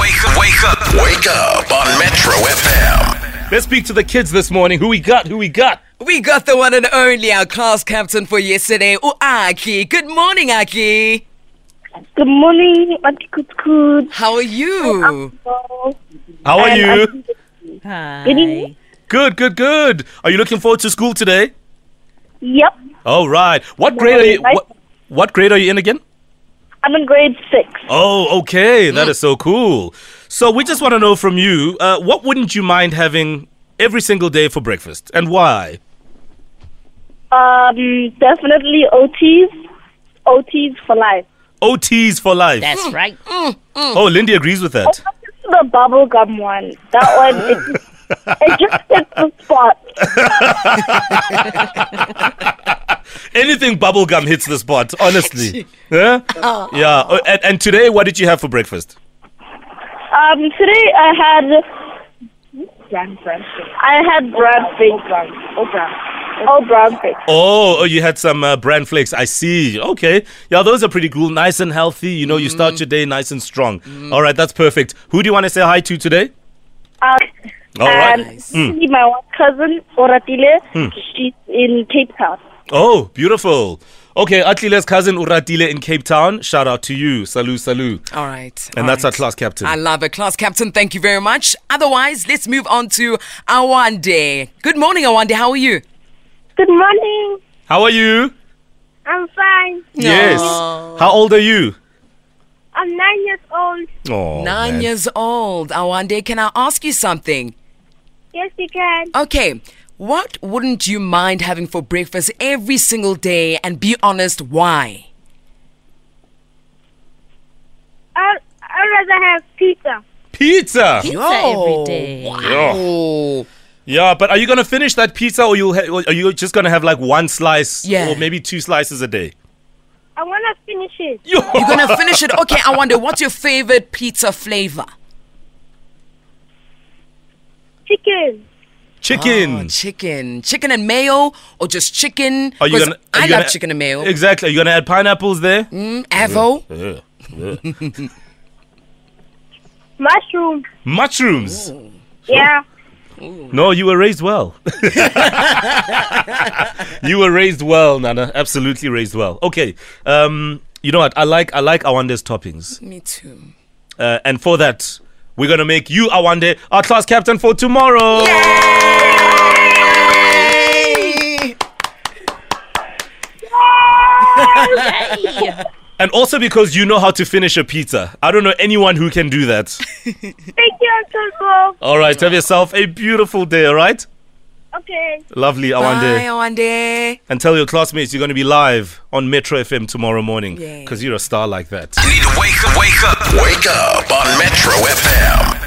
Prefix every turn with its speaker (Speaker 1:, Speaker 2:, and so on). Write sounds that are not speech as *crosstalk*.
Speaker 1: Wake up. Wake up on Metro FM.
Speaker 2: Let's speak to the kids this morning. Who we got? Who we got?
Speaker 3: We got the one and only our class captain for yesterday, Aki. Good morning, Aki.
Speaker 4: Good morning, Auntie Kutkut.
Speaker 3: How are you?
Speaker 2: How are
Speaker 4: And um,
Speaker 2: you?
Speaker 4: Auntie- Good evening.
Speaker 2: Good, good, good. Are you looking forward to school today?
Speaker 4: Yep,
Speaker 2: All right. What grade are you? What, what grade are you in again?
Speaker 4: I'm in grade six.
Speaker 2: Oh, okay. That is so cool. So we just want to know from you, uh, what wouldn't you mind having every single day for breakfast, and why?
Speaker 4: Um, definitely OTs. OTs for life.
Speaker 2: OTs for life. Mm,
Speaker 5: That's right.
Speaker 2: oh, Lindy agrees with that.
Speaker 4: Not just The bubblegum one. That one,
Speaker 2: *laughs*
Speaker 4: it just, it just hits the spot.
Speaker 2: Anything bubblegum hits the spot, honestly. yeah? Yeah. Oh, And, and today, what did you have for breakfast?
Speaker 4: Um, today I had. Brown I had brown figs. Oh, brown. Oh, brown figs.
Speaker 2: Oh, oh, you had some uh, bran flakes. I see. Okay. Yeah, those are pretty cool. Nice and healthy. You know, you
Speaker 3: Mm.
Speaker 2: start your day nice and strong. All right, that's perfect. Who do you want to say hi to today?
Speaker 4: Um,
Speaker 2: All right. Mm.
Speaker 4: and actually my one cousin, Oratile, she's in Cape Town.
Speaker 2: Oh, beautiful. Okay, Atlile's cousin Uratile in Cape Town. Shout out to you. Salut, salut.
Speaker 3: All right.
Speaker 2: And
Speaker 3: all
Speaker 2: that's our
Speaker 3: right.
Speaker 2: class captain.
Speaker 3: I love it. Class captain, thank you very much. Otherwise, let's move on to Awande. Good morning, Awande. How are you?
Speaker 4: Good morning.
Speaker 2: How are you?
Speaker 4: I'm fine.
Speaker 2: Yes. How old are you?
Speaker 4: I'm nine years old.
Speaker 2: Oh,
Speaker 3: Nine
Speaker 2: man.
Speaker 3: years old. Awande, can I ask you something?
Speaker 4: Yes, you can.
Speaker 3: Okay. What wouldn't you mind having for breakfast every single day? And be honest, why?
Speaker 4: I I'd rather have pizza.
Speaker 2: Pizza.
Speaker 5: Pizza
Speaker 3: Yo.
Speaker 5: every day.
Speaker 2: Yeah.
Speaker 3: Oh,
Speaker 2: Yeah, but are you gonna finish that pizza, or you'll ha- or are you just gonna have like one slice,
Speaker 3: Yeah.
Speaker 2: or maybe two slices a day?
Speaker 4: I wanna finish it.
Speaker 2: Yo.
Speaker 3: you're gonna finish it. Okay, Awande, what's your favorite pizza flavor?
Speaker 4: Chicken.
Speaker 2: chicken.
Speaker 3: Oh, chicken, chicken and mayo, or just chicken?
Speaker 2: Are you
Speaker 3: 'Cause
Speaker 2: gonna? are
Speaker 3: I
Speaker 2: you
Speaker 3: love
Speaker 2: gonna-
Speaker 3: chicken and Mm. mayo.
Speaker 2: Exactly. Are you gonna add pineapples there?
Speaker 3: Avo.
Speaker 4: Mushroom.
Speaker 2: Mushrooms.
Speaker 4: Yeah.
Speaker 2: No, you were raised
Speaker 3: *laughs*
Speaker 2: well. you were raised well, Nana. Absolutely raised well. Okay. Um, you know what? I like I like Awande's toppings,
Speaker 3: Me too.
Speaker 2: uh, and for that, we're gonna make you Awande our class captain for tomorrow. *laughs* And also because you know how to finish a pizza. I don't know anyone who can do that.
Speaker 4: Thank you, Uncle Bo.
Speaker 2: All right, have yourself a beautiful day, all right?
Speaker 4: Okay.
Speaker 2: Lovely,
Speaker 3: Bye,
Speaker 2: Awande.
Speaker 3: Awande.
Speaker 2: And tell your classmates you're going to be live on Metro FM tomorrow morning
Speaker 3: Yay.
Speaker 2: because you're a star like that.
Speaker 1: You need to wake up. Wake up. Wake up on Metro FM.